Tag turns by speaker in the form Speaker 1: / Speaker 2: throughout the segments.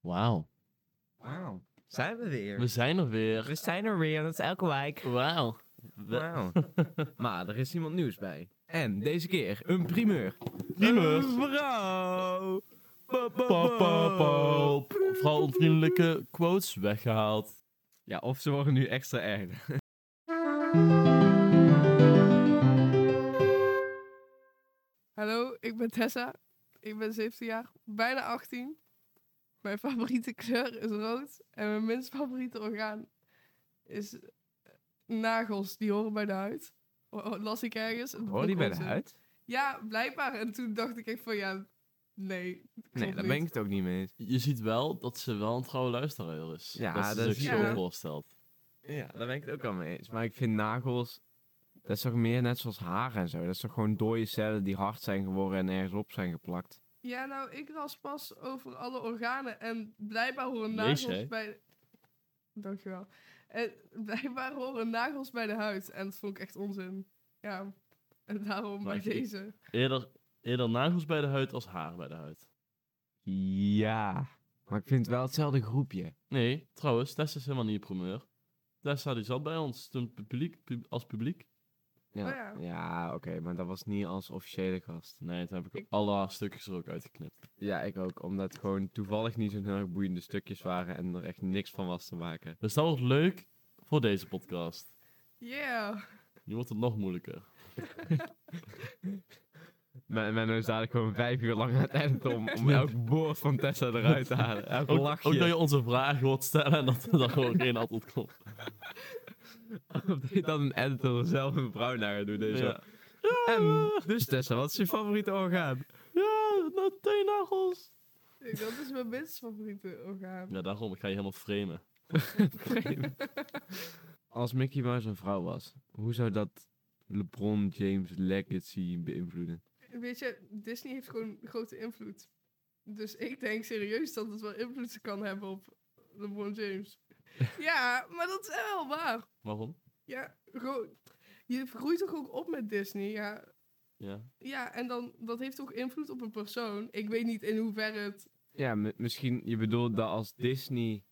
Speaker 1: Wauw.
Speaker 2: Wauw. Zijn we
Speaker 1: We
Speaker 2: weer.
Speaker 1: zijn er
Speaker 2: We
Speaker 1: weer.
Speaker 2: zijn er weer en dat is elke wijk.
Speaker 1: Wauw. We-
Speaker 2: Wauw. maar er is iemand nieuws bij. En deze keer een primeur.
Speaker 1: Primeur.
Speaker 2: Een vrouw. Ba, ba,
Speaker 1: Pop, pop,
Speaker 2: ba.
Speaker 1: pop. Vooral onvriendelijke quotes weggehaald.
Speaker 2: Ja, of ze worden nu extra erg.
Speaker 3: Hallo, ik ben Tessa. Ik ben 17 jaar, bijna 18. Mijn favoriete kleur is rood en mijn minst favoriete orgaan is eh, nagels. Die horen bij de huid. Oh, oh, las ik ergens. Het
Speaker 2: Hoor die
Speaker 3: begon
Speaker 2: bij de
Speaker 3: ze.
Speaker 2: huid?
Speaker 3: Ja, blijkbaar. En toen dacht ik echt van ja, nee.
Speaker 2: Nee,
Speaker 3: klopt
Speaker 2: daar ben ik
Speaker 3: niet.
Speaker 2: het ook niet mee eens.
Speaker 1: Je ziet wel dat ze wel een trouwe luisteraar is.
Speaker 2: Ja,
Speaker 1: dat ze
Speaker 2: dat
Speaker 1: zich
Speaker 2: is-
Speaker 1: zo
Speaker 3: ja.
Speaker 1: voorstelt.
Speaker 2: Ja, daar ben ik het ook al mee eens. Maar ik vind nagels, dat is toch meer net zoals haar en zo. Dat is toch gewoon dode cellen die hard zijn geworden en ergens op zijn geplakt.
Speaker 3: Ja, nou, ik las pas over alle organen en blijkbaar horen
Speaker 1: Lees
Speaker 3: nagels
Speaker 1: jij?
Speaker 3: bij... Dankjewel. En blijkbaar horen nagels bij de huid. En dat vond ik echt onzin. Ja, en daarom
Speaker 1: Maar
Speaker 3: bij
Speaker 1: ik-
Speaker 3: deze.
Speaker 1: Eerder, eerder nagels bij de huid als haar bij de huid.
Speaker 2: Ja. Maar ik vind het wel hetzelfde groepje.
Speaker 1: Nee, trouwens, Tessa is helemaal niet de primeur. Tessa die zat bij ons toen publiek, pub- als publiek.
Speaker 2: Ja,
Speaker 3: Oh ja.
Speaker 2: oké, maar dat was niet als officiële gast.
Speaker 1: Nee, toen heb ik
Speaker 3: Ik-
Speaker 1: alle haar stukjes er ook uitgeknipt.
Speaker 2: Ja, ik ook, omdat het gewoon toevallig niet zo'n heel erg boeiende stukjes waren en er echt niks van was te maken.
Speaker 1: Dus dat wordt leuk voor deze podcast.
Speaker 3: Yeah.
Speaker 1: Nu wordt het nog moeilijker.
Speaker 2: Men, Menno is dadelijk gewoon vijf uur lang aan het editen om, om elk woord van Tessa eruit te halen. Elk
Speaker 1: Ook,
Speaker 2: lachje.
Speaker 1: ook dat je onze vragen wordt stellen en dat er dan gewoon geen antwoord komt.
Speaker 2: Of dat je dan een editor er zelf een vrouw naar gaat doen. en zo.
Speaker 1: Ja.
Speaker 2: En, dus Tessa, wat is je favoriete orgaan?
Speaker 1: Ja, nou, teennagels.
Speaker 3: Ik- Dat is mijn minst favoriete orgaan.
Speaker 1: Ja, daarom ik ga je helemaal framen.
Speaker 2: Als Mickey Mouse een vrouw was, hoe zou dat LeBron James legacy beïnvloeden?
Speaker 3: Weet je, Disney heeft gewoon grote invloed. Dus ik denk serieus dat het wel invloed kan hebben op LeBron James. ja, maar dat is wel waar.
Speaker 1: Waarom?
Speaker 3: Ja, gewoon. Je groeit toch ook op met Disney, ja.
Speaker 1: Ja.
Speaker 3: Ja, en dan, dat heeft ook invloed op een persoon. Ik weet niet in hoeverre het...
Speaker 2: Ja, mi- misschien, je bedoelt dat als Disney...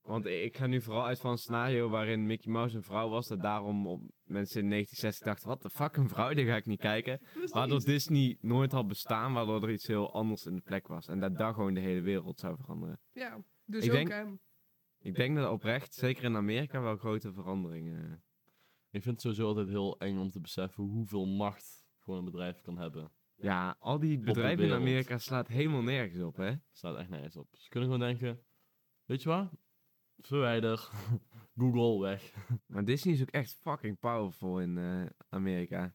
Speaker 2: Want i- ik ga nu vooral uit van een scenario waarin Mickey Mouse een vrouw was. Dat daarom op mensen in 1960 dachten, wat de fuck, een vrouw, die ga ik niet kijken. Waardoor Disney nooit had bestaan, waardoor er iets heel anders in de plek was. En dat dat gewoon de hele wereld zou veranderen.
Speaker 3: Ja, dus
Speaker 2: Ik
Speaker 3: ook
Speaker 2: denk-
Speaker 3: hem.
Speaker 2: Ik denk dat oprecht, zeker in Amerika, wel grote veranderingen.
Speaker 1: Ik vind het sowieso altijd heel eng om te beseffen hoeveel macht gewoon een bedrijf kan hebben.
Speaker 2: Ja, al die bedrijven in
Speaker 1: wereld.
Speaker 2: Amerika slaat helemaal nergens op, hè?
Speaker 1: staat echt nergens op. Ze kunnen gewoon denken, weet je wat? Verwijder. Google weg.
Speaker 2: Maar Disney is ook echt fucking powerful in eh, Amerika.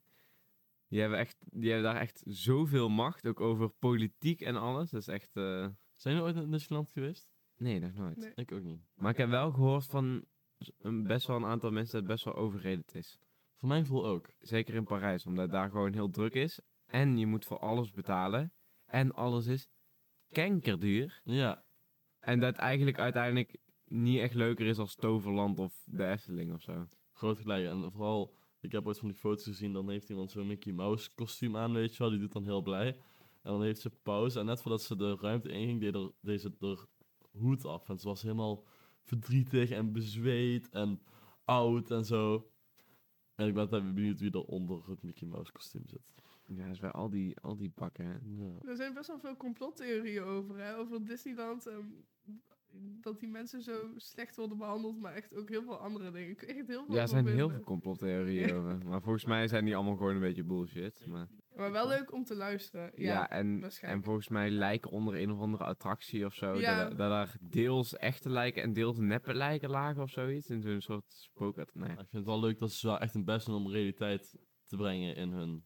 Speaker 2: Die hebben, echt, die hebben daar echt zoveel macht, ook over politiek en alles. Dat is echt... eh,
Speaker 1: Zijn jullie ooit in Disneyland geweest?
Speaker 2: Nee, nog nooit.
Speaker 3: Nee.
Speaker 1: Ik ook niet.
Speaker 2: Maar ik heb wel gehoord van s- een, best wel een aantal mensen dat het best wel overredend is.
Speaker 1: Voor mijn gevoel ook.
Speaker 2: Zeker in Parijs, omdat daar gewoon heel druk is. En je moet voor alles betalen. En alles is kankerduur.
Speaker 1: Ja.
Speaker 2: En dat eigenlijk uiteindelijk niet echt leuker is als Toverland of de Efteling of zo.
Speaker 1: Groot gelijk. En vooral, ik heb ooit van die foto's gezien, dan heeft iemand zo'n Mickey Mouse kostuum aan, weet je wel. Die doet dan heel blij. En dan heeft ze pauze. En net voordat ze de ruimte inging, deed er, deed ze er hoed af. En ze was helemaal verdrietig en bezweet en oud en zo. En ik ben altijd benieuwd wie er onder het Mickey Mouse kostuum zit.
Speaker 2: Ja, dat is bij al die, al die bakken. hè.
Speaker 1: Ja.
Speaker 3: Er zijn best wel veel complottheorieën over, hè? Over Disneyland. en dat die mensen zo slecht worden behandeld, maar echt ook heel veel andere dingen. Ik kan echt heel veel
Speaker 2: Ja, er
Speaker 3: van
Speaker 2: zijn heel
Speaker 3: vinden.
Speaker 2: veel complottheorieën over. Maar volgens mij zijn die allemaal gewoon een beetje bullshit. Maar,
Speaker 3: Maar wel leuk om te luisteren.
Speaker 2: ja,
Speaker 3: Ja,
Speaker 2: en, en
Speaker 3: waarschijnlijk.
Speaker 2: volgens mij lijken onder een of andere attractie of zo.
Speaker 3: Ja.
Speaker 2: Dat, dat daar deels echte lijken en deels neppe lijken lagen of zoiets. In zo'n soort spookat. Nee.
Speaker 1: Ik vind het wel leuk dat ze wel echt hun best doen om realiteit te brengen in hun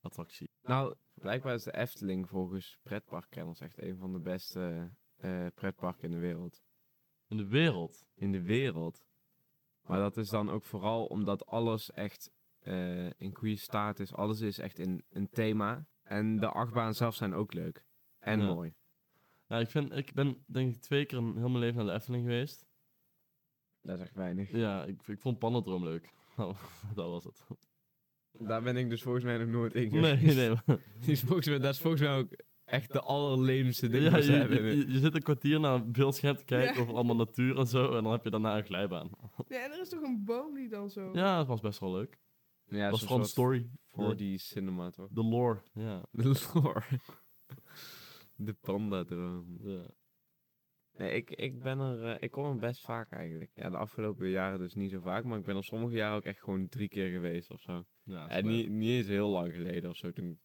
Speaker 1: attractie.
Speaker 2: Nou, blijkbaar is de Efteling volgens pretparkkenners echt een van de beste eh, pretparken in de wereld.
Speaker 1: In de wereld.
Speaker 2: in de wereld. Maar dat is dan ook vooral omdat alles echt eh, in goede staat is. Alles is echt in een thema. En de achtbaan zelf zijn ook leuk. En
Speaker 1: Ja.
Speaker 2: mooi.
Speaker 1: Nou, ik, vind, ik ben denk ik twee keer in heel mijn leven naar de Efteling geweest.
Speaker 2: Dat is echt weinig.
Speaker 1: Ja, ik, ik vond Pandadroom leuk. Nou, dat was het.
Speaker 2: Daar ben ik dus volgens mij nog nooit in
Speaker 1: Nee,
Speaker 2: geweest.
Speaker 1: nee. maar-
Speaker 2: Die is volgens mij, dat is volgens mij ook echt de allerleemste dingen
Speaker 1: Ja,
Speaker 2: die ze
Speaker 1: je,
Speaker 2: hebben.
Speaker 1: je, je- je zit een kwartier naar een beeldscherm te kijken
Speaker 3: Ja.
Speaker 1: over allemaal natuur en zo. En dan heb je daarna een glijbaan.
Speaker 3: Ja, en er is toch een boom die dan zo...
Speaker 1: Ja, dat was best wel leuk.
Speaker 2: ja,
Speaker 1: Dat was
Speaker 2: zo'n
Speaker 1: gewoon de
Speaker 2: soort
Speaker 1: story.
Speaker 2: 4D cinema, toch?
Speaker 1: De lore. Ja.
Speaker 2: De lore. De panda-droom.
Speaker 1: De-
Speaker 2: Nee, ik, ik ben er... eh, ik kom er best vaak eigenlijk. Ja, de afgelopen jaren dus niet zo vaak. Maar ik ben er sommige jaren ook echt gewoon drie keer geweest of zo.
Speaker 1: ja, dat is
Speaker 2: En
Speaker 1: leuk.
Speaker 2: niet, niet eens heel lang geleden of zo, toen ik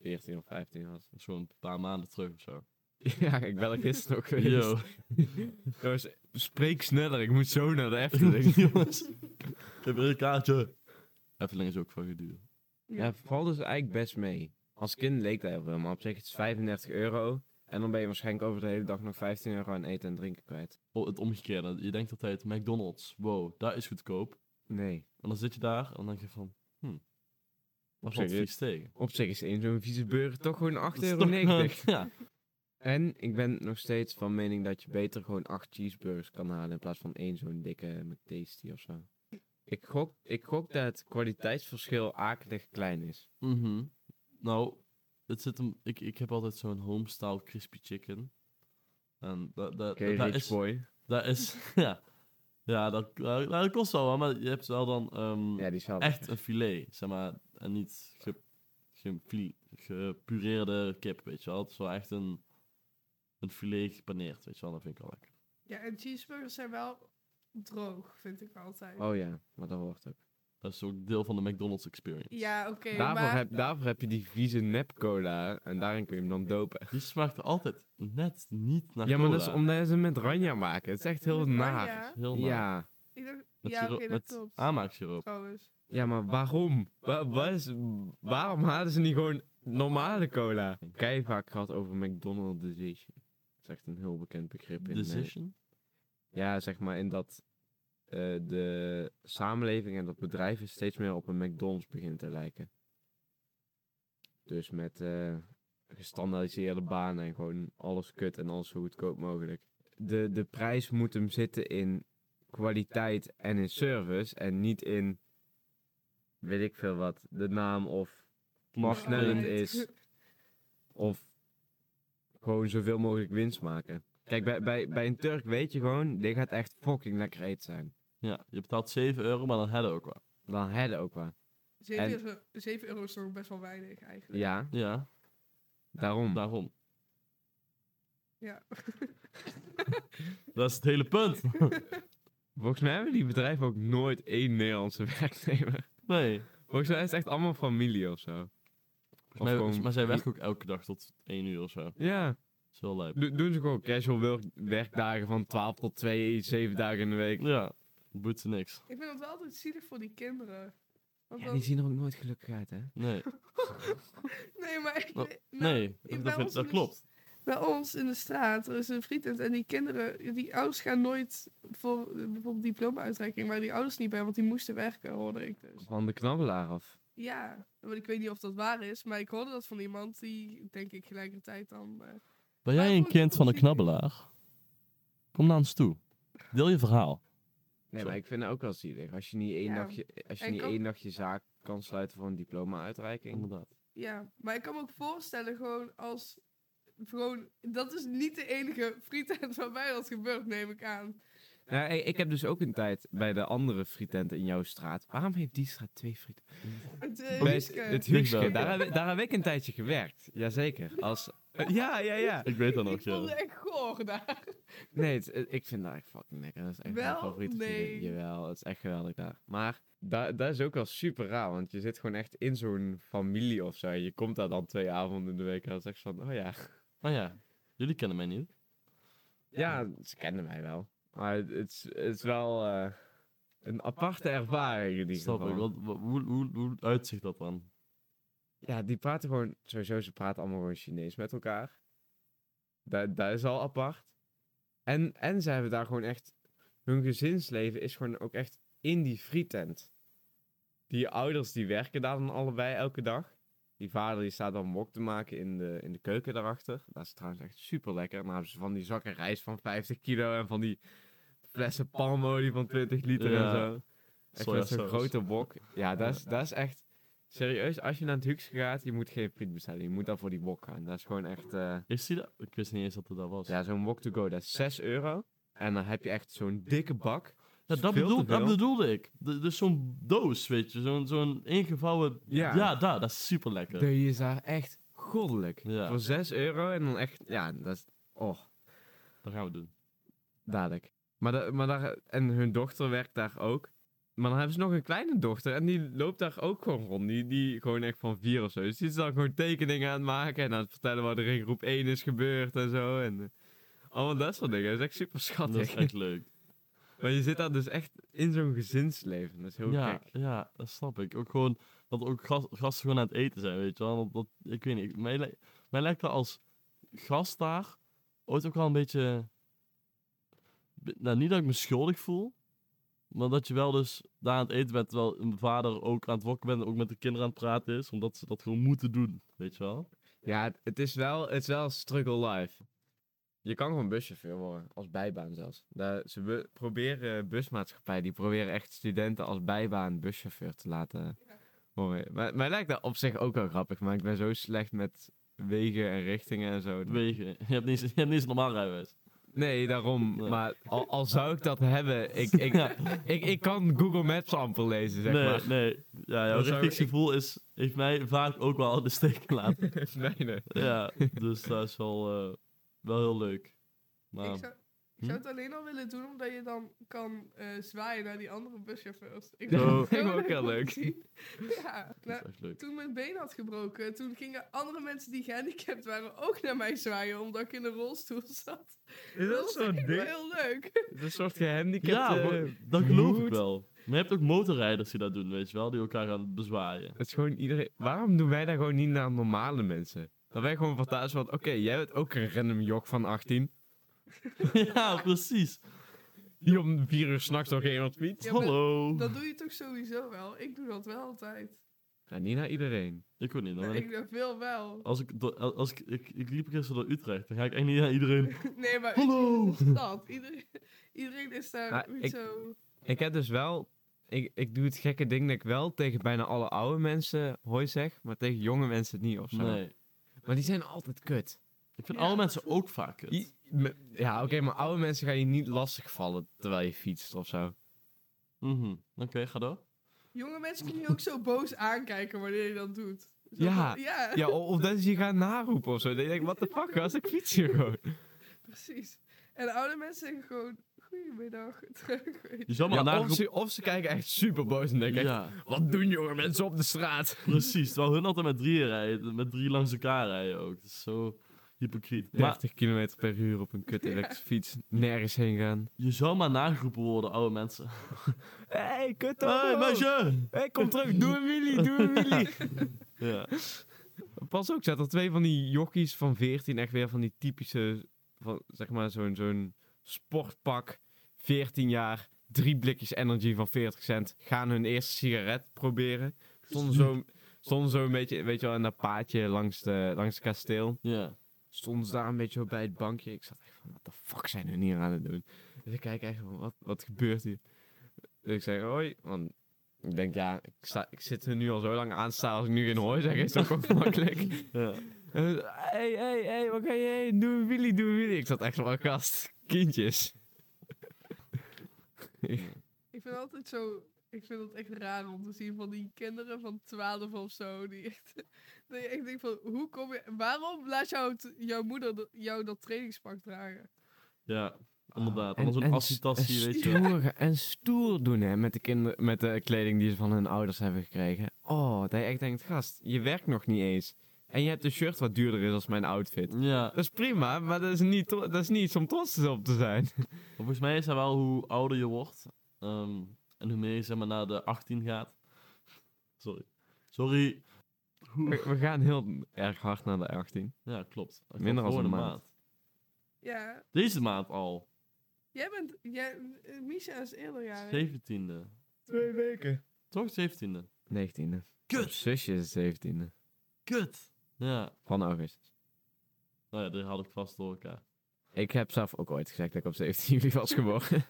Speaker 2: 14 of 15 was.
Speaker 1: Dat is gewoon een paar maanden terug of zo.
Speaker 2: Ja, ik ben er gisteren ook geweest.
Speaker 1: Yo.
Speaker 2: Jongens, spreek sneller, ik moet zo naar de Efteling.
Speaker 1: Jongens. Ik heb weer een kaartje. Efteling is ook van geduurd.
Speaker 2: ja, valt dus eigenlijk best mee. Als kind leek dat heel veel, maar op zich het is 35 euro. En dan ben je waarschijnlijk over de hele dag nog 15 euro aan eten en drinken kwijt.
Speaker 1: Oh, het omgekeerde. Je denkt altijd, McDonald's, wow, daar is goedkoop.
Speaker 2: Nee.
Speaker 1: En dan zit je daar en dan denk je van, hmm, wat valt
Speaker 2: Serieus?
Speaker 1: vies tegen.
Speaker 2: Op zich is één zo'n vieze burger toch gewoon 8,90
Speaker 1: Dat is
Speaker 2: euro.
Speaker 1: toch- Ja,
Speaker 2: En ik ben nog steeds van mening dat je beter gewoon acht cheeseburgers kan halen in plaats van één zo'n dikke McTasty of zo. Ik gok, ik gok dat het kwaliteitsverschil akelig klein is.
Speaker 1: Mhm. Nou, het zit hem, ik, ik heb altijd zo'n homestyle crispy chicken. En dat dat
Speaker 2: Oké,
Speaker 1: dat- daar
Speaker 2: rich
Speaker 1: is,
Speaker 2: boy.
Speaker 1: daar is, ja, ja dat, nou, dat kost wel, wat, maar je hebt wel dan ehm,
Speaker 2: Ja, die is wel
Speaker 1: echt een filet, zeg maar, en niet ge, ge- gepureerde kip, weet je wel. Het is wel echt een, een filet gepaneerd, weet je wel, dat vind ik wel lekker.
Speaker 3: Ja, en cheeseburgers zijn wel droog, vind ik altijd.
Speaker 2: Oh ja, maar dat hoort ook.
Speaker 1: Dat is ook deel van de McDonald's experience.
Speaker 3: Ja, oké,
Speaker 2: daarvoor,
Speaker 3: maar...
Speaker 2: heb, daarvoor heb je die vieze nepcola en daarin kun je hem dan dopen.
Speaker 1: Die smaakt altijd net niet naar
Speaker 2: ja, maar dat is
Speaker 1: cola.
Speaker 2: omdat ze hem met ranja maken. Het is echt heel
Speaker 3: Met
Speaker 2: naar.
Speaker 3: Ranja?
Speaker 1: Heel naar.
Speaker 2: Ja.
Speaker 3: Ik dacht-
Speaker 1: Met,
Speaker 3: ja, oké,
Speaker 1: siroop-
Speaker 3: dat
Speaker 1: met
Speaker 3: klopt.
Speaker 1: aanmaaksiroop.
Speaker 3: Trouwens.
Speaker 2: ja, maar waarom? Wa- wat is- waarom hadden ze niet gewoon normale cola? Kei vaak gehad over McDonald's decision. Dat is echt een heel bekend begrip. In, eh,
Speaker 1: Decision?
Speaker 2: ja, zeg maar in dat eh, de samenleving en dat bedrijven steeds meer op een McDonald's beginnen te lijken. Dus met eh, gestandaardiseerde banen en gewoon alles kut en alles zo goedkoop mogelijk. De, de prijs moet hem zitten in kwaliteit en in service en niet in, weet ik veel wat, de naam of hoe
Speaker 1: Mag
Speaker 2: snel het
Speaker 1: niet.
Speaker 2: is. Of gewoon zoveel mogelijk winst maken. Kijk, bij, bij, bij een Turk weet je gewoon, dit gaat echt fucking lekker eten zijn.
Speaker 1: Ja, je betaalt 7 euro, maar dan hadden ook wel.
Speaker 2: Dan hadden ook wel.
Speaker 3: 7
Speaker 2: En-
Speaker 3: euro, 7 euro is nog best wel weinig, eigenlijk.
Speaker 2: Ja, Nou,
Speaker 1: Ja,
Speaker 2: daarom.
Speaker 1: daarom.
Speaker 3: Ja.
Speaker 1: Dat is het hele punt.
Speaker 2: Volgens mij hebben die bedrijven ook nooit één Nederlandse werknemer.
Speaker 1: Nee.
Speaker 2: Volgens mij is het echt allemaal familie of zo.
Speaker 1: Maar,
Speaker 2: gewoon-
Speaker 1: maar zij werken ook elke dag tot 1 uur of zo. Dat
Speaker 2: Ja,
Speaker 1: is heel lijp.
Speaker 2: do- doen ze gewoon casual werk- werkdagen van 12 tot 2, 7 dagen in de week.
Speaker 1: Ja, boet ze niks.
Speaker 3: Ik vind dat wel altijd zielig voor die kinderen. Want
Speaker 2: Ja,
Speaker 3: dan-
Speaker 2: die zien er ook nooit gelukkig uit, hè?
Speaker 1: Nee,
Speaker 3: Nee, maar ik,
Speaker 1: Nou,
Speaker 3: nou,
Speaker 1: nee
Speaker 3: bij
Speaker 1: dat, dat, vind-
Speaker 3: ons
Speaker 1: dat
Speaker 3: is-
Speaker 1: klopt.
Speaker 3: bij ons in de straat, er is een vriendin en die kinderen, die ouders gaan nooit voor eh, bijvoorbeeld diploma-uitreiking, maar die ouders niet bij, want die moesten werken, hoorde ik dus.
Speaker 2: Van de knabbelaar af.
Speaker 3: Ja, maar ik weet niet of dat waar is, maar ik hoorde dat van iemand die, denk ik, gelijkertijd dan... eh,
Speaker 1: Ben
Speaker 3: Maar
Speaker 1: jij een
Speaker 3: goed, dat
Speaker 1: kind van een
Speaker 3: zie ik.
Speaker 1: knabbelaar? Kom naar ons toe. Deel je verhaal.
Speaker 2: Nee,
Speaker 1: Zo.
Speaker 2: maar ik vind het ook wel zielig. Als je niet één,
Speaker 3: Ja.
Speaker 2: dagje, als je
Speaker 3: En
Speaker 2: niet
Speaker 3: kan-
Speaker 2: één dagje zaak kan sluiten voor een diploma-uitreiking.
Speaker 1: Inderdaad.
Speaker 3: ja, maar ik kan me ook voorstellen gewoon als... Gewoon, dat is niet de enige frietent waarbij dat gebeurt, neem ik aan.
Speaker 2: Nou, ik, ik heb dus ook een tijd bij de andere frietent in jouw straat. Waarom heeft die straat twee frietenten?
Speaker 3: Het, eh,
Speaker 2: Bij
Speaker 3: Rieske.
Speaker 2: het
Speaker 1: Huuske.
Speaker 2: Huuske. Daar, heb ik- daar heb ik een tijdje gewerkt. Jazeker. Als, eh, ja, ja, ja.
Speaker 1: Ik weet dat nog,
Speaker 3: ik vond
Speaker 1: ja.
Speaker 3: het echt goor daar.
Speaker 2: Nee, het- het- ik vind dat echt fucking lekker. Dat is echt mijn
Speaker 3: Wel?
Speaker 2: favoriete frietent.
Speaker 3: Nee.
Speaker 2: Jawel, het is echt geweldig daar. Maar da, dat is ook wel super raar, want je zit gewoon echt in zo'n familie of zo. En je komt daar dan twee avonden in de week en dan is echt van, oh ja.
Speaker 1: Maar ja, jullie kennen mij niet.
Speaker 2: Ja, ze kenden mij wel. Maar het, het is, het is wel eh, een aparte ervaring in ieder
Speaker 1: Snap
Speaker 2: geval.
Speaker 1: ik. Wat, wat- hoe, hoe, hoe uitzicht dat dan?
Speaker 2: Ja, die praten gewoon, sowieso, ze praten allemaal gewoon Chinees met elkaar. Dat, dat is al apart. En, en ze hebben daar gewoon echt, hun gezinsleven is gewoon ook echt in die frietent. Die ouders die werken daar dan allebei elke dag. Die vader die staat dan wok te maken in de, in de keuken daarachter. Dat is trouwens echt super lekker. Dan hebben ze van die zakken rijst van 50 kilo en van die flessen palmolie van 20 liter en
Speaker 1: Ja.
Speaker 2: zo. Echt met zo'n
Speaker 1: Sojasaus.
Speaker 2: grote wok. Ja, dat is, dat is echt. Serieus, als je naar het Hux gaat, je moet geen friet bestellen. Je moet dan voor die wok gaan. Dat is gewoon echt... eh,
Speaker 1: Is die dat? Ik wist niet eens dat er dat was.
Speaker 2: ja, zo'n wok to go, dat is 6 euro. En dan heb je echt zo'n dikke bak.
Speaker 1: Ja,
Speaker 2: is
Speaker 1: dat,
Speaker 2: veel te
Speaker 1: bedoel, dat
Speaker 2: veel.
Speaker 1: bedoelde ik. D- dus zo'n doos, weet je. Zo'n zo'n ingevouwen...
Speaker 2: Ja.
Speaker 1: Ja, daar, dat is super lekker.
Speaker 2: Dan is daar echt goddelijk.
Speaker 1: Ja.
Speaker 2: Voor 6 euro en dan echt... Ja, dat is... Oh,
Speaker 1: Dat gaan we doen.
Speaker 2: dadelijk. Maar, da- maar daar, en hun dochter werkt daar ook. Maar dan hebben ze nog een kleine dochter en die loopt daar ook gewoon rond. Die, die gewoon echt van vier of zo. Dus die is dan gewoon tekeningen aan het maken en aan het vertellen wat er in groep 1 is gebeurd en zo. En eh, allemaal dat soort dingen. Dat is echt super
Speaker 1: Dat
Speaker 2: schattig.
Speaker 1: is echt leuk.
Speaker 2: Maar je zit daar dus echt in zo'n gezinsleven. Dat is heel
Speaker 1: ja,
Speaker 2: gek.
Speaker 1: ja, dat snap ik. Ook gewoon dat ook gas- gasten gewoon aan het eten zijn, weet je wel. Dat, dat- ik weet niet, mij, lij- mij lijkt dat als gast daar ooit ook wel een beetje... be- Nou, niet dat ik me schuldig voel, maar dat je wel dus daar aan het eten bent, terwijl een vader ook aan het wokken bent en ook met de kinderen aan het praten is, omdat ze dat gewoon moeten doen, weet je wel.
Speaker 2: Ja, het- het is wel, het is wel struggle life. Je kan gewoon buschauffeur worden, als bijbaan zelfs. Daar, ze be- proberen, busmaatschappij, die proberen echt studenten als bijbaan buschauffeur te laten worden. Maar, mij lijkt dat op zich ook wel grappig, maar ik ben zo slecht met wegen en richtingen en zo.
Speaker 1: Wegen. Je hebt niet, eens- je hebt niet eens een normaal rijbewijs.
Speaker 2: Nee, daarom.
Speaker 1: Nee.
Speaker 2: Maar al, al zou ik dat hebben, ik, ik,
Speaker 1: Ja.
Speaker 2: ik, ik kan Google Maps amper lezen, zeg
Speaker 1: nee,
Speaker 2: maar.
Speaker 1: nee. Ja, jouw
Speaker 2: Dat zou ik-
Speaker 1: richtingsgevoel is, heeft mij vaak ook wel in de steek gelaten.
Speaker 2: nee, nee.
Speaker 1: ja, dus dat is wel, eh, wel heel leuk. Maar,
Speaker 3: Ik zou, ik
Speaker 1: hm?
Speaker 3: zou het alleen al willen doen omdat je dan kan eh, zwaaien naar die andere buschauffeurs. Ik
Speaker 1: Zo.
Speaker 3: vond het
Speaker 2: Lijkt me ook
Speaker 3: zo
Speaker 2: heel
Speaker 3: om te
Speaker 2: leuk.
Speaker 3: zien. ja,
Speaker 1: dat is
Speaker 3: nou,
Speaker 1: echt leuk.
Speaker 3: toen mijn been had gebroken, toen gingen andere mensen die gehandicapt waren ook naar mij zwaaien omdat ik in een rolstoel zat.
Speaker 2: Is dat
Speaker 3: was
Speaker 2: zo'n
Speaker 3: echt wel
Speaker 2: ding?
Speaker 3: heel leuk.
Speaker 2: Het is Een soort gehandicapte...
Speaker 1: Ja,
Speaker 3: eh,
Speaker 1: hoor, dat geloof
Speaker 2: moed.
Speaker 1: ik wel. Maar je hebt ook motorrijders die dat doen, weet je wel, die elkaar gaan bezwaaien.
Speaker 2: Het is gewoon iedereen. Waarom doen wij dat gewoon niet naar normale mensen? Dat wij gewoon van thuis van, oké, jij bent ook een random jok van 18.
Speaker 1: ja, precies.
Speaker 2: Die om vier uur s'nachts nog iemand fiets.
Speaker 3: Ja, maar
Speaker 1: Hallo.
Speaker 3: Dat doe je toch sowieso wel? Ik doe dat wel altijd.
Speaker 2: Nou, niet naar iedereen.
Speaker 1: Ik ook niet. Dan
Speaker 3: Nou,
Speaker 1: ben
Speaker 3: ik
Speaker 1: ik,
Speaker 3: doe veel wel.
Speaker 1: als ik, do- als ik, ik, ik liep gisteren door Utrecht, dan ga ik echt niet naar iedereen.
Speaker 3: Nee, maar
Speaker 1: Hallo.
Speaker 3: in de stad. Iedereen, iedereen is daar
Speaker 2: Nou,
Speaker 3: niet
Speaker 2: ik-
Speaker 3: zo...
Speaker 2: Ik heb dus wel. Ik, ik doe het gekke ding dat ik wel tegen bijna alle oude mensen hoi zeg, maar tegen jonge mensen niet of zo.
Speaker 1: Nee.
Speaker 2: Maar die zijn altijd kut.
Speaker 1: Ik vind
Speaker 3: Ja.
Speaker 1: alle mensen ook vaak kut.
Speaker 2: I- me- ja, oké, maar oude mensen ga je niet lastig vallen terwijl je fietst of zo.
Speaker 1: Mhm. Oké, ga door.
Speaker 3: Jonge mensen kunnen je ook zo boos aankijken wanneer je dat doet. Zo
Speaker 2: Ja.
Speaker 3: van, ja,
Speaker 2: Ja, o- of dat ze je gaan naroepen of zo. Dan denk ik, what the fuck, als ik fiets hier gewoon.
Speaker 3: precies. En oude mensen zeggen gewoon, goedemiddag, terug. weet je.
Speaker 1: Je zal maar
Speaker 2: Ja,
Speaker 1: naar
Speaker 2: of, ze, of ze kijken echt super boos en denken, echt,
Speaker 1: Ja,
Speaker 2: wat doen jonge mensen op de straat?
Speaker 1: precies. Terwijl hun altijd met drieën rijden, met drie langs elkaar rijden ook. Dat is zo hypocriet. Maar
Speaker 2: 30 km per uur op een kut elektrische fiets, nergens heen gaan.
Speaker 1: je zou maar nageroepen worden, oude mensen.
Speaker 2: Hé, hey, kut
Speaker 1: Hé, hey, meisje!
Speaker 2: hey, kom terug, doe een wheelie, doe een wheelie.
Speaker 1: Ja.
Speaker 2: Pas ook, zat er twee van die jockeys van 14, echt weer van die typische, van, zeg maar zo'n zo'n sportpak, 14 jaar, drie blikjes energy van 40 cent, gaan hun eerste sigaret proberen. Stonden zo, stonden zo een beetje, weet je wel, in dat paadje langs, de, langs het kasteel.
Speaker 1: ja.
Speaker 2: stonden ze daar een beetje op bij het bankje. Ik zat echt van, wat de fuck zijn hun hier aan het doen? Dus ik kijk echt van, wat, wat gebeurt hier? Dus ik zeg, hoi. Want ik denk, ja, ik, sta, ik zit er nu al zo lang aan te staan. Als ik nu geen hoi zeg, is dat ook wel makkelijk.
Speaker 1: ja.
Speaker 2: En ze, Hey, hey, hey, wat ga je heen? Doe een Willy, doe een Willy. Ik zat echt van, gast, kindjes.
Speaker 3: Ik vind altijd zo... Ik vind het echt raar om te zien van die kinderen van 12 of zo. Die echt, dat je echt denkt van, hoe kom je... Waarom laat jou het- jouw moeder dat- jou dat trainingspak dragen?
Speaker 1: Ja, inderdaad.
Speaker 2: En-
Speaker 1: Anders
Speaker 2: Ah, en
Speaker 1: een
Speaker 2: s-
Speaker 1: assietassie,
Speaker 2: en
Speaker 1: weet je wel.
Speaker 2: stoer- en stoer doen, hè, met de, kinderen, met de kleding die ze van hun ouders hebben gekregen. Oh, dat je echt denkt, gast, je werkt nog niet eens. En je hebt een shirt wat duurder is als mijn outfit.
Speaker 1: Ja,
Speaker 2: Dat is prima, maar dat is niet, tro- dat is niet iets om trots op te zijn.
Speaker 1: maar volgens mij is dat wel hoe ouder je wordt. ehm, en hoe meer je zeg maar naar de 18 gaat. Sorry. Sorry.
Speaker 2: We, we gaan heel erg hard naar de 18.
Speaker 1: Ja, klopt. Dat
Speaker 2: Minder
Speaker 1: komt
Speaker 2: dan een
Speaker 1: volgende
Speaker 2: maand.
Speaker 3: Ja,
Speaker 1: Deze maand al.
Speaker 3: jij bent... Jij, eh, Misha is eerder jaren.
Speaker 1: 17e.
Speaker 2: Twee weken.
Speaker 1: Toch 17e?
Speaker 2: 19e. Mijn
Speaker 1: Kut,
Speaker 2: zusje is 17e.
Speaker 1: kut. Ja,
Speaker 2: Van augustus.
Speaker 1: nou ja, die had ik vast door elkaar.
Speaker 2: Ik heb zelf ook ooit gezegd dat ik op 17 juli was geboren.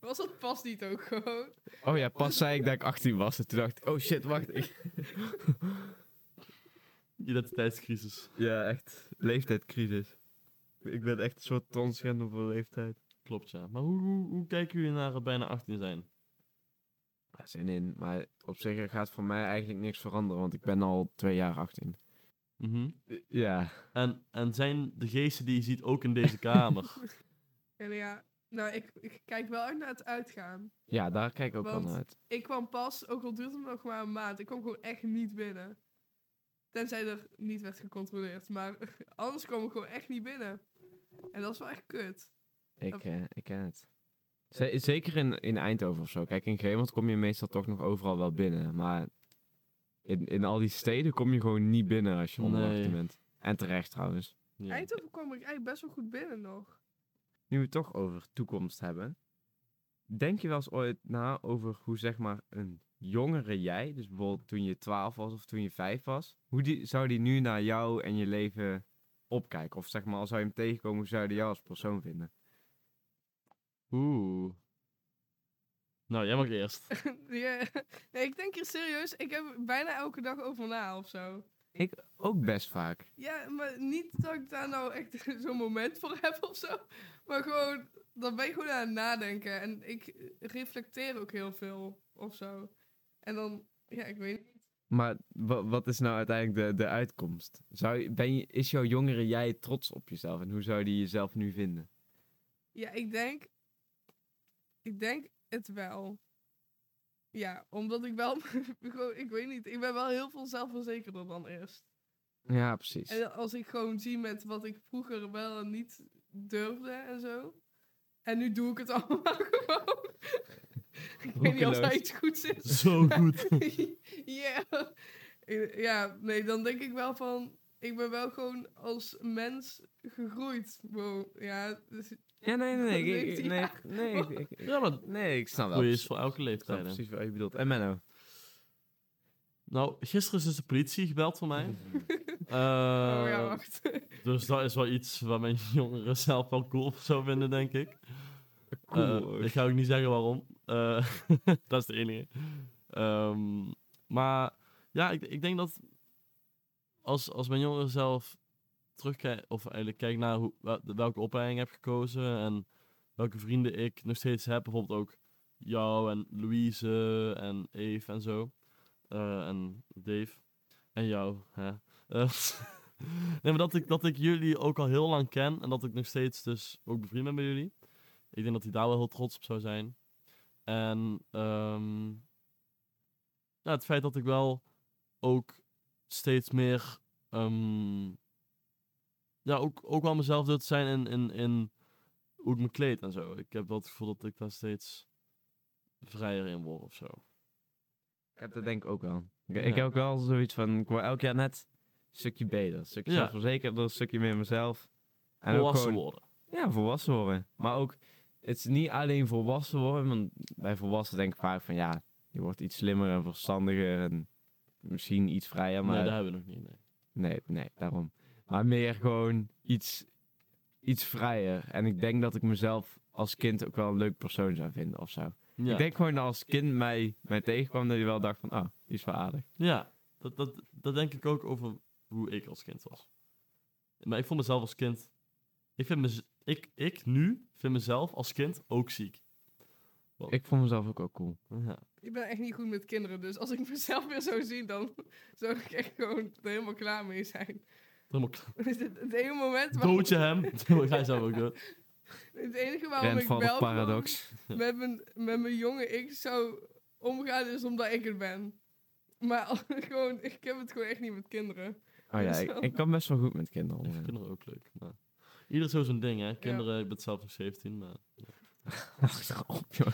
Speaker 3: Was dat pas niet ook gewoon?
Speaker 2: Oh ja, pas zei ik dat ik 18 was. En toen dacht ik, oh shit, wacht. Ik...
Speaker 1: Identiteitscrisis.
Speaker 2: Ja, echt. Leeftijdcrisis. Ik ben echt een soort transgender voor leeftijd.
Speaker 1: Klopt, ja. Maar hoe, hoe, hoe kijken jullie naar het bijna 18 zijn?
Speaker 2: Ja, zin in. Maar op zich gaat voor mij eigenlijk niks veranderen, want ik ben al twee jaar 18.
Speaker 1: Mhm.
Speaker 2: Ja.
Speaker 1: En, en zijn de geesten die je ziet ook in deze kamer?
Speaker 3: Ja, nou ja, nou, ik, ik kijk wel uit naar het uitgaan.
Speaker 2: Ja, daar kijk ik ook wel
Speaker 3: Want-
Speaker 2: naar uit.
Speaker 3: Ik kwam pas, ook al duurt het nog maar een maand, ik kwam gewoon echt niet binnen. Tenzij er niet werd gecontroleerd, maar anders kwam ik gewoon echt niet binnen. En dat is wel echt kut.
Speaker 2: Ik,
Speaker 3: Op-
Speaker 2: eh, ik ken het. Z- zeker in, in Eindhoven of zo. Kijk, in Gemert kom je meestal toch nog overal wel binnen. Maar in, in al die steden kom je gewoon niet binnen als je onder
Speaker 1: Nee.
Speaker 2: 18 bent. En terecht trouwens.
Speaker 1: ja.
Speaker 3: Eindhoven kwam ik eigenlijk best wel goed binnen nog.
Speaker 2: Nu we het toch over toekomst hebben. Denk je wel eens ooit na over hoe zeg maar een jongere jij, dus bijvoorbeeld toen je 12 was of toen je 5 was, hoe die, zou die nu naar jou en je leven opkijken? Of zeg maar, als zou je hem tegenkomen, hoe zou je jou als persoon vinden?
Speaker 1: Oeh. Nou, jij mag eerst.
Speaker 3: Ja, nee, ik denk hier serieus, ik heb er bijna elke dag over na of zo.
Speaker 2: Ook best vaak.
Speaker 3: Ja, maar niet dat ik daar nou echt zo'n moment voor heb of zo. Maar gewoon, dan ben je gewoon aan het nadenken. En ik reflecteer ook heel veel of zo. En dan, ja, ik weet niet.
Speaker 2: Maar wa- wat is nou uiteindelijk de, de uitkomst? Zou, je- ben je, is jouw jongere jij trots op jezelf? En hoe zou die jezelf nu vinden?
Speaker 3: Ja, ik denk, ik denk het wel. Ja, omdat ik wel, gewoon, ik weet niet, ik ben wel heel veel zelfverzekerder dan eerst.
Speaker 2: Ja, precies.
Speaker 3: En als ik gewoon zie met wat ik vroeger wel en niet durfde en zo. En nu doe ik het allemaal gewoon. ik weet niet of dat
Speaker 2: Roekeloos.
Speaker 3: iets goeds is.
Speaker 1: Zo goed.
Speaker 3: Ja. Ik- Ja, nee, dan denk ik wel van... Ik ben wel gewoon als mens gegroeid. Wow, ja. dus-
Speaker 2: Ja, nee, nee, nee. ik- ik-
Speaker 3: Ja.
Speaker 2: nee, nee, ik- ik- ik-
Speaker 1: Ja, maar
Speaker 2: nee, ik snap wel.
Speaker 1: goeie is voor elke
Speaker 2: Ik snap
Speaker 1: leeftijd. hè.
Speaker 2: precies wat je bedoelt. En Menno?
Speaker 1: Nou, gisteren is dus de politie gebeld voor mij. Eh,
Speaker 3: oh ja, wacht.
Speaker 1: dus dat is wel iets waar mijn jongeren zelf wel cool of zo vinden, denk ik. Eh, ik ga ook niet zeggen waarom. Eh, dat is de enige. Ehm, maar ja, ik, ik denk dat als, als mijn jongeren zelf terugkijkt, of eigenlijk kijk naar hoe, wel- welke opleiding ik heb gekozen en welke vrienden ik nog steeds heb, bijvoorbeeld ook jou en Louise en Eve en zo, Eh, en Dave en jou. Hè. Eh, nee, maar dat ik, dat ik jullie ook al heel lang ken en dat ik nog steeds dus ook bevriend ben met jullie. Ik denk dat hij daar wel heel trots op zou zijn. En ehm, ja, het feit dat ik wel ook steeds meer. ehm, ja, ook, ook wel mezelf durf te zijn in, in, in hoe ik me kleed en zo. Ik heb wel het gevoel dat ik daar steeds vrijer in word of zo.
Speaker 2: Ik heb dat denk ik ook wel. Ik,
Speaker 1: Ja.
Speaker 2: ik heb ook wel zoiets van, ik word elk jaar net een stukje beter. Een stukje
Speaker 1: Ja.
Speaker 2: zelfverzekerder, een stukje meer mezelf. En ook
Speaker 1: Volwassen
Speaker 2: gewoon-
Speaker 1: worden.
Speaker 2: Ja, volwassen worden. Maar ook, het is niet alleen volwassen worden, want bij volwassen denk ik vaak van, ja, je wordt iets slimmer en verstandiger en misschien iets vrijer, maar...
Speaker 1: Nee, dat hebben we nog niet. Nee.
Speaker 2: Nee, nee, daarom. Maar meer gewoon iets, iets vrijer. En ik denk dat ik mezelf als kind ook wel een leuk persoon zou vinden of zo.
Speaker 1: Ja,
Speaker 2: Ik denk gewoon dat als kind mij, mij tegenkwam, dat je wel dacht van, oh, die is wel aardig.
Speaker 1: ja dat, dat, dat denk ik ook over hoe ik als kind was. Maar ik vond mezelf als kind. Ik, vind mez- ik, ik nu vind mezelf als kind ook ziek.
Speaker 2: Ik vond mezelf ook wel cool.
Speaker 1: Ja.
Speaker 3: Ik ben echt niet goed met kinderen. Dus als ik mezelf weer zo zie, dan zou ik echt gewoon er helemaal klaar mee zijn.
Speaker 1: Helemaal klaar.
Speaker 3: Dus het, het ene moment... waarom-
Speaker 1: Dood je hem? Dan ga je zelf ook dood.
Speaker 3: Het enige waarom ik wel
Speaker 2: Grandfather
Speaker 3: gewoon
Speaker 2: paradox.
Speaker 3: met mijn, met mijn jonge ik zou omgaan, is omdat ik het ben. Maar gewoon, ik heb het gewoon echt niet met kinderen.
Speaker 2: Oh ja,
Speaker 3: Dus
Speaker 2: ik,
Speaker 3: wel-
Speaker 2: ik kan best wel goed met kinderen
Speaker 1: Ik vind
Speaker 2: omgaan.
Speaker 1: kinderen ook leuk. Maar... Ieder zo zijn ding, hè. Kinderen, ik ben zelf nog 17, maar...
Speaker 2: Ach, op, joh.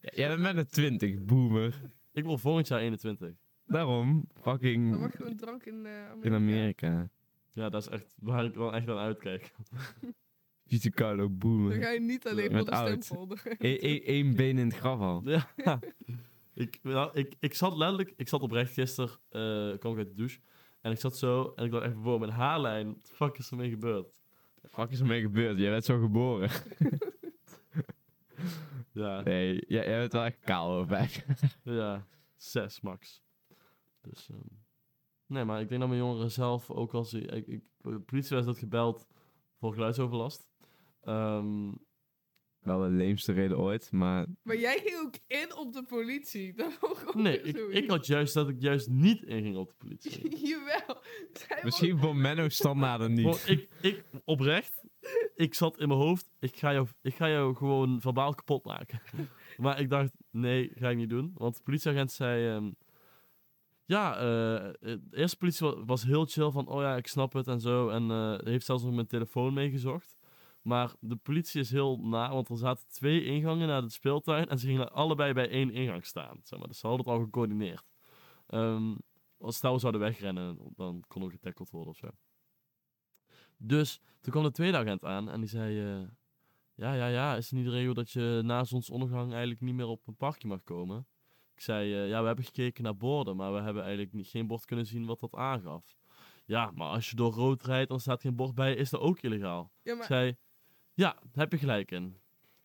Speaker 2: Ja, Jij bent met een twintig, boomer.
Speaker 1: Ik wil volgend jaar 21.
Speaker 2: Daarom,
Speaker 3: Dan mag
Speaker 2: fucking
Speaker 3: gewoon drank in eh, Amerika.
Speaker 2: in Amerika.
Speaker 1: Ja, dat is echt waar ik wel echt aan uitkijk.
Speaker 2: Vito Carlo,
Speaker 3: Dan
Speaker 2: boomer.
Speaker 3: ga je niet alleen
Speaker 2: Met
Speaker 3: voor de
Speaker 2: oud.
Speaker 3: stempel.
Speaker 2: Eén been in het graf al.
Speaker 1: ja. Ik, nou, ik, ik zat letterlijk... Ik zat oprecht gisteren, eh kwam ik uit de douche. En ik zat zo en ik dacht echt, wow, mijn haarlijn. Wat de fuck is er mee gebeurd?
Speaker 2: Fuck is ermee gebeurd? Jij werd zo geboren.
Speaker 1: Ja,
Speaker 2: Nee, jij, jij bent wel echt kaal over vijf.
Speaker 1: ja, zes max. Dus, ehm, nee, maar ik denk dat mijn jongeren zelf ook als... ze- Ik, ik, de politie was dat gebeld voor geluidsoverlast. Ehm,
Speaker 2: Wel de leemste reden ooit, maar
Speaker 3: Maar jij ging ook in op de politie. Dat was ook
Speaker 1: nee,
Speaker 3: weer
Speaker 1: ik,
Speaker 3: Oh, zoiets.
Speaker 1: ik had juist dat ik juist niet inging op de politie.
Speaker 3: Jawel. Zij
Speaker 2: misschien voor Menno standaarden
Speaker 1: Gewoon,
Speaker 2: niet.
Speaker 1: ik, ik, oprecht, ik zat in mijn hoofd, ik ga, jou, ik ga jou gewoon verbaal kapot maken. maar ik dacht, nee, ga ik niet doen. Want de politieagent zei, ehm, ja, eh, de eerste politie wa- was heel chill van, oh ja, ik snap het en zo. En eh, heeft zelfs nog mijn telefoon meegezocht. Maar de politie is heel na, want er zaten twee ingangen naar de speeltuin. En ze gingen allebei bij één ingang staan. Zeg maar. Dus ze hadden het al gecoördineerd. Ehm, als stel we zouden wegrennen, dan kon er getackled worden of zo. Dus toen kwam de tweede agent aan en die zei... eh, ja, ja, ja, is het niet de regel dat je na zonsondergang eigenlijk niet meer op een parkje mag komen? Ik zei, eh, ja, we hebben gekeken naar borden, maar we hebben eigenlijk niet, geen bord kunnen zien wat dat aangaf. Ja, maar als je door rood rijdt en er staat geen bord bij, is dat ook illegaal.
Speaker 3: Ja,
Speaker 1: Ik
Speaker 3: maar,
Speaker 1: zei, ja, daar heb je gelijk in.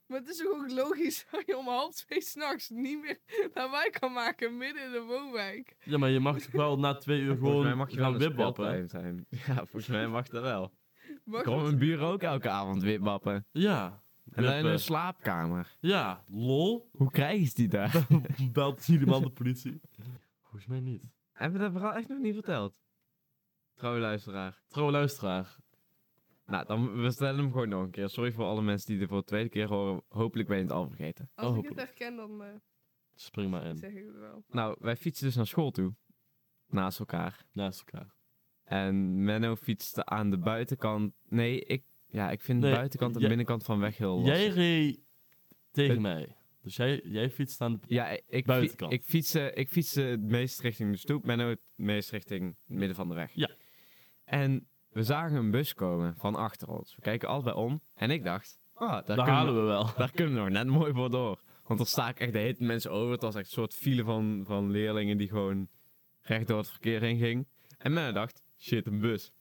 Speaker 3: maar het is toch ook logisch dat je om half twee s'nachts niet meer naar mij kan maken midden in de woonwijk.
Speaker 1: Ja, maar je mag toch wel na twee uur
Speaker 2: Volgens mij
Speaker 1: gewoon gaan
Speaker 2: een
Speaker 1: wipwappen?
Speaker 2: speeltuin zijn. Ja, volgens mij mag dat wel.
Speaker 3: Mag
Speaker 2: Kom
Speaker 3: het?
Speaker 2: mijn buren ook elke avond wipwappen.
Speaker 1: Ja.
Speaker 2: En dan in
Speaker 1: wippen.
Speaker 2: hun slaapkamer.
Speaker 1: Ja, lol.
Speaker 2: Hoe krijgen ze die daar?
Speaker 1: Belt iemand de politie? Volgens mij niet.
Speaker 2: Hebben we dat verhaal echt nog niet verteld? Trouwe luisteraar.
Speaker 1: Trouwe luisteraar,
Speaker 2: Nou, dan we stellen hem gewoon nog een keer. Sorry voor alle mensen die dit voor de tweede keer horen. Hopelijk ben je het al vergeten.
Speaker 3: Als ik het
Speaker 1: hopelijk.
Speaker 3: herken, dan eh,
Speaker 1: spring maar in.
Speaker 3: zeg ik het wel.
Speaker 2: Nou, wij fietsen dus naar school toe. Naast elkaar.
Speaker 1: Naast elkaar.
Speaker 2: En Menno fietste aan de buitenkant. Nee, ik, ja, ik vind
Speaker 1: Nee,
Speaker 2: de buitenkant en de
Speaker 1: jij-
Speaker 2: binnenkant van weg heel lastig.
Speaker 1: Jij reed tegen
Speaker 2: Het-
Speaker 1: mij. Dus jij, jij fietst aan de...
Speaker 2: Ja, ik- ik, fi-
Speaker 1: Buitenkant.
Speaker 2: ik, fietste, ik fietste het meest richting de stoep, Menno het meest richting het midden van de weg.
Speaker 1: Ja.
Speaker 2: En we zagen een bus komen van achter ons. We kijken allebei om en ik dacht, ah, daar,
Speaker 1: Daar
Speaker 2: kunnen
Speaker 1: halen
Speaker 2: we,
Speaker 1: we wel.
Speaker 2: daar kunnen we nog net mooi voor door. Want er staken echt de hele tijd mensen over. Het was echt een soort file van, van leerlingen die gewoon recht door het verkeer heen ging. En Menno dacht, shit, een bus.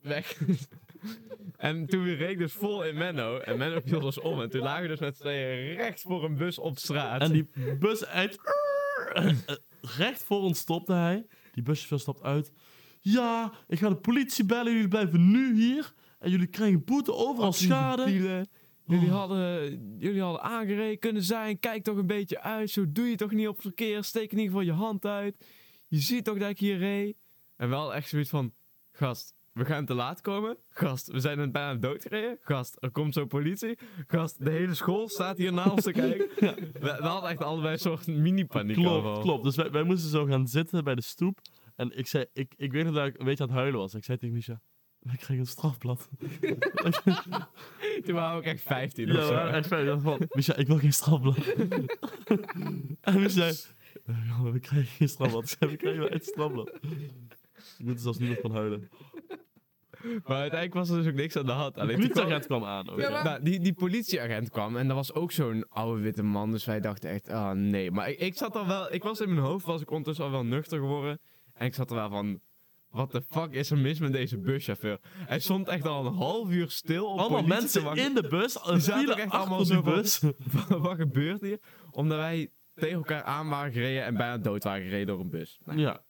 Speaker 2: Weg. en toen reed ik dus vol in Menno. En Menno viel dus om. En toen lagen we dus met z'n tweeën recht voor een bus op straat.
Speaker 1: En die bus uit... Eh, Recht voor ons stopte hij. Die buschauffeur stapt uit. Ja, ik ga de politie bellen. Jullie blijven nu hier. En jullie krijgen boete overal
Speaker 2: Fucking
Speaker 1: schade.
Speaker 2: debielen. Jullie,
Speaker 1: Oh.
Speaker 2: hadden, jullie hadden aangereden kunnen zijn. Kijk toch een beetje uit. Zo doe je toch niet op verkeer. Steek in ieder geval je hand uit. Je ziet toch dat ik hier reed. En wel echt zoiets van... Gast, we gaan te laat komen. Gast, we zijn bijna doodgereden. Gast, er komt zo politie. Gast, de hele school staat hier naast ons te kijken. we, we hadden echt allebei een soort mini-paniek
Speaker 1: Klopt,
Speaker 2: overal.
Speaker 1: klopt. Dus wij, wij moesten zo gaan zitten bij de stoep. En ik zei... Ik, ik weet nog dat ik een beetje aan het huilen was. Ik zei tegen Misha... Ik krijg een strafblad.
Speaker 2: Toen waren we ook echt 15
Speaker 1: Ja,
Speaker 2: of zo.
Speaker 1: maar echt fijn. Ik dacht van, Micha, ik wil geen strafblad. en Micha zei, eh, jongen, we krijgen geen strafblad. Ik zei, we krijgen wel echt strafblad. Ik moet er zelfs nu nog van huilen.
Speaker 2: Maar uiteindelijk was er dus ook niks aan de hand.
Speaker 1: De
Speaker 2: Alleen toen kwam-
Speaker 1: politieagent kwam aan. ook,
Speaker 3: Ja,
Speaker 1: ja.
Speaker 3: maar-
Speaker 2: Nou, die, die politieagent kwam en dat was ook zo'n oude witte man. Dus wij dachten echt, ah nee. Maar ik, ik zat al wel, ik was in mijn hoofd, was ik ondertussen al wel nuchter geworden. En ik zat er wel van, wat de fuck is er mis met deze buschauffeur? Hij stond echt al een half uur stil op
Speaker 1: Allemaal
Speaker 2: politie te
Speaker 1: mensen
Speaker 2: wachten.
Speaker 1: in de bus. Een
Speaker 2: Die zaten
Speaker 1: file
Speaker 2: ook echt
Speaker 1: achter
Speaker 2: allemaal
Speaker 1: op
Speaker 2: zo
Speaker 1: die
Speaker 2: van-
Speaker 1: bus.
Speaker 2: Wat- wat gebeurt hier? Omdat wij tegen elkaar aan waren gereden en bijna dood waren gereden door een bus. Nou,
Speaker 1: Ja,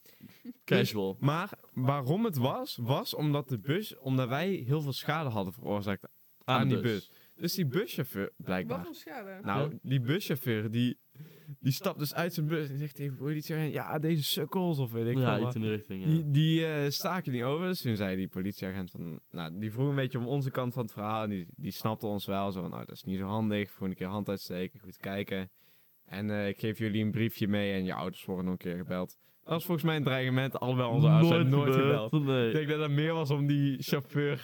Speaker 1: casual.
Speaker 2: Maar waarom het was, was omdat de bus, omdat wij heel veel schade hadden veroorzaakt aan, die bus. Dus die buschauffeur, blijkbaar.
Speaker 3: Wat voor schade?
Speaker 2: Nou, die buschauffeur, die, die stapt dus uit zijn bus en zegt tegen de politieagent, ja, deze sukkels of weet ik
Speaker 1: Ja,
Speaker 2: veel wat.
Speaker 1: iets in die richting. ja.
Speaker 2: Die, die eh staken niet over. Dus toen zei die politieagent van, nou, die vroeg een beetje om onze kant van het verhaal. En die, die snapte ons wel. Zo van, nou, dat is niet zo handig. Gewoon een keer hand uitsteken, goed kijken. En eh, ik geef jullie een briefje mee en je ouders worden nog een keer gebeld. Dat was volgens mij een dreigement. Alhoewel onze ouders oh, zijn nooit gebeld. Ik
Speaker 1: Nee.
Speaker 2: denk dat dat meer was om die chauffeur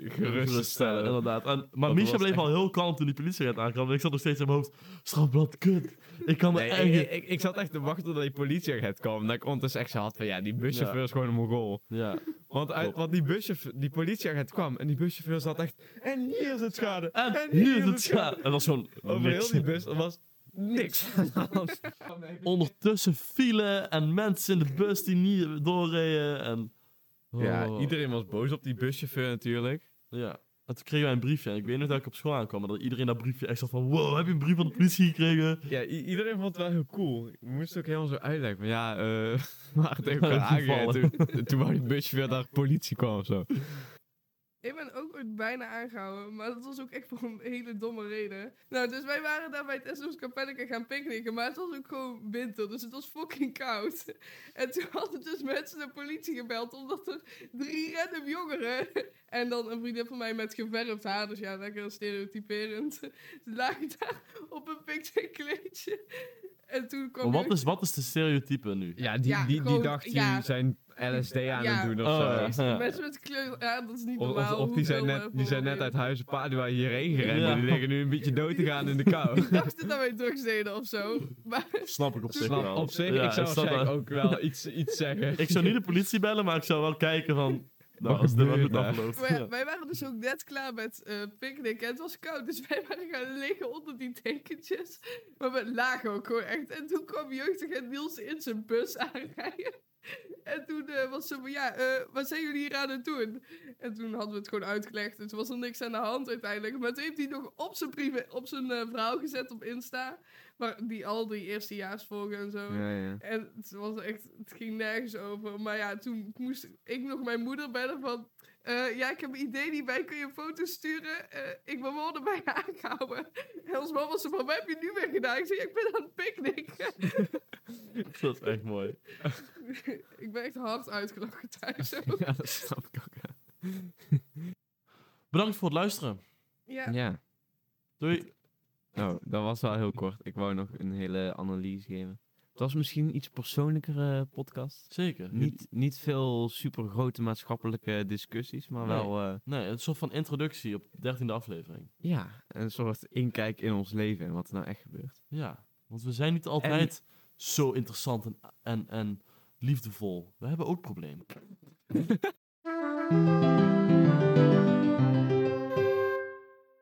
Speaker 2: gerust te
Speaker 1: Geruststellen,
Speaker 2: stellen.
Speaker 1: inderdaad. En, maar
Speaker 2: Dat
Speaker 1: Misha
Speaker 2: was
Speaker 1: bleef
Speaker 2: echt-
Speaker 1: al heel kalm toen die politieagent aankwam. En ik zat nog steeds in mijn hoofd. Strafblad, kut. Ik kan me
Speaker 2: Nee, eh,
Speaker 1: echt...
Speaker 2: ik, ik, ik zat echt te wachten tot die politieagent kwam. Dat ik ondertussen echt zo had van, ja, die buschauffeur is gewoon een mongool.
Speaker 1: Ja.
Speaker 2: Want, uit,
Speaker 1: Klopt.
Speaker 2: want die, buschauffeur, die politieagent kwam en die buschauffeur zat echt... En hier is het schade!
Speaker 1: En hier is het scha. En dat was gewoon
Speaker 2: Over heel
Speaker 1: niks.
Speaker 2: die bus, er was niks aan de hand.
Speaker 1: ondertussen file en mensen in de bus die niet doorreden. En...
Speaker 2: Ja,
Speaker 1: Oh,
Speaker 2: iedereen was boos op die buschauffeur natuurlijk.
Speaker 1: Ja. En toen kregen wij een briefje. En ik weet nog dat ik op school aankwam. En dat iedereen dat briefje echt zat van... Wow, heb je een brief van de politie gekregen?
Speaker 2: Ja, i- iedereen vond het wel heel cool. Ik moest het ook helemaal zo uitleggen. Van ja, eh maar het heeft elkaar
Speaker 1: Ja,
Speaker 2: aangereden.
Speaker 1: toevallig.
Speaker 2: Toen, toen wou die busje weer naar de politie kwam of zo.
Speaker 3: Ik ben ook ooit bijna aangehouden, maar dat was ook echt voor een hele domme reden. Nou, dus wij waren daar bij het SOS Capellica gaan picknicken, maar het was ook gewoon winter, dus het was fucking koud. En toen hadden dus mensen de politie gebeld, omdat er drie random jongeren... En dan een vriendin van mij met geverfd haar, dus ja, lekker stereotyperend. Ze lagen daar op een picnic kleedje. En toen kwam...
Speaker 1: Maar wat
Speaker 3: er-
Speaker 1: is, wat is de stereotype nu?
Speaker 2: Ja, die, die,
Speaker 3: Ja,
Speaker 2: die
Speaker 3: gewoon-
Speaker 2: dacht, jullie
Speaker 3: ja.
Speaker 2: zijn LSD aan
Speaker 3: Ja.
Speaker 2: het doen of
Speaker 1: Oh,
Speaker 2: zo.
Speaker 1: ja.
Speaker 3: Mensen met kleur... Ja, dat is niet
Speaker 2: Of,
Speaker 3: normaal.
Speaker 2: of, of die,
Speaker 3: hoeveel,
Speaker 2: zijn
Speaker 3: eh,
Speaker 2: net, die zijn net
Speaker 3: vooroordelen.
Speaker 2: uit huis Padua hierheen gerend.
Speaker 1: Ja.
Speaker 2: En die liggen nu een beetje dood te gaan in de kou.
Speaker 3: Ik dacht dat wij drugs deden of zo, maar...
Speaker 1: Snap ik op zich
Speaker 2: Snap,
Speaker 1: wel.
Speaker 2: op zich,
Speaker 1: Ja,
Speaker 2: ik
Speaker 1: snap
Speaker 2: zou waarschijnlijk
Speaker 1: dat.
Speaker 2: ook wel iets, iets zeggen.
Speaker 1: Ik zou niet de politie bellen, maar ik zou wel kijken van... Nou,
Speaker 2: Wat
Speaker 1: als dit wel
Speaker 2: gebeurt
Speaker 1: goed
Speaker 2: daar?
Speaker 1: afloopt.
Speaker 3: Maar ja,
Speaker 1: Ja.
Speaker 3: wij waren dus ook net klaar met eh picknicken. Het was koud, dus wij waren gaan liggen onder die dekentjes. Maar we lagen ook gewoon echt. En toen kwam jeugdagent Niels in zijn bus aanrijden. En toen eh, was ze van, ja, eh, wat zijn jullie hier aan het doen? En toen hadden we het gewoon uitgelegd. En toen was er niks aan de hand uiteindelijk. Maar toen heeft hij nog op zijn, privé, op zijn eh, verhaal gezet op Insta. Maar die al die eerstejaars volgen en zo.
Speaker 2: Ja, ja.
Speaker 3: En het, was echt, het ging nergens over. Maar ja, toen moest ik nog mijn moeder bellen van... eh, ja, ik heb een idee niet bij. Kun je een foto sturen? Eh, ik ben wel erbij aangehouden. En ons man was zo van... Wat heb je nu weer gedaan? Ik zei, ja, ik ben aan het picknicken.
Speaker 1: Dat is echt mooi.
Speaker 3: ik ben echt hard uitgelachen thuis ook.
Speaker 2: Ja, dat snap ik ook.
Speaker 1: Bedankt voor het luisteren.
Speaker 3: Ja,
Speaker 2: Ja.
Speaker 1: Doei.
Speaker 2: Nou, dat was wel heel kort. Ik wou nog een hele analyse geven. Het was misschien een iets persoonlijkere podcast.
Speaker 1: Zeker.
Speaker 2: Niet, niet veel super grote maatschappelijke discussies, maar wel eh,
Speaker 1: Nee, een soort van introductie op de dertiende aflevering.
Speaker 2: ja, een soort inkijk in ons leven en wat er nou echt gebeurt.
Speaker 1: Ja, want we zijn niet altijd zo interessant en, en, en liefdevol. We hebben ook problemen.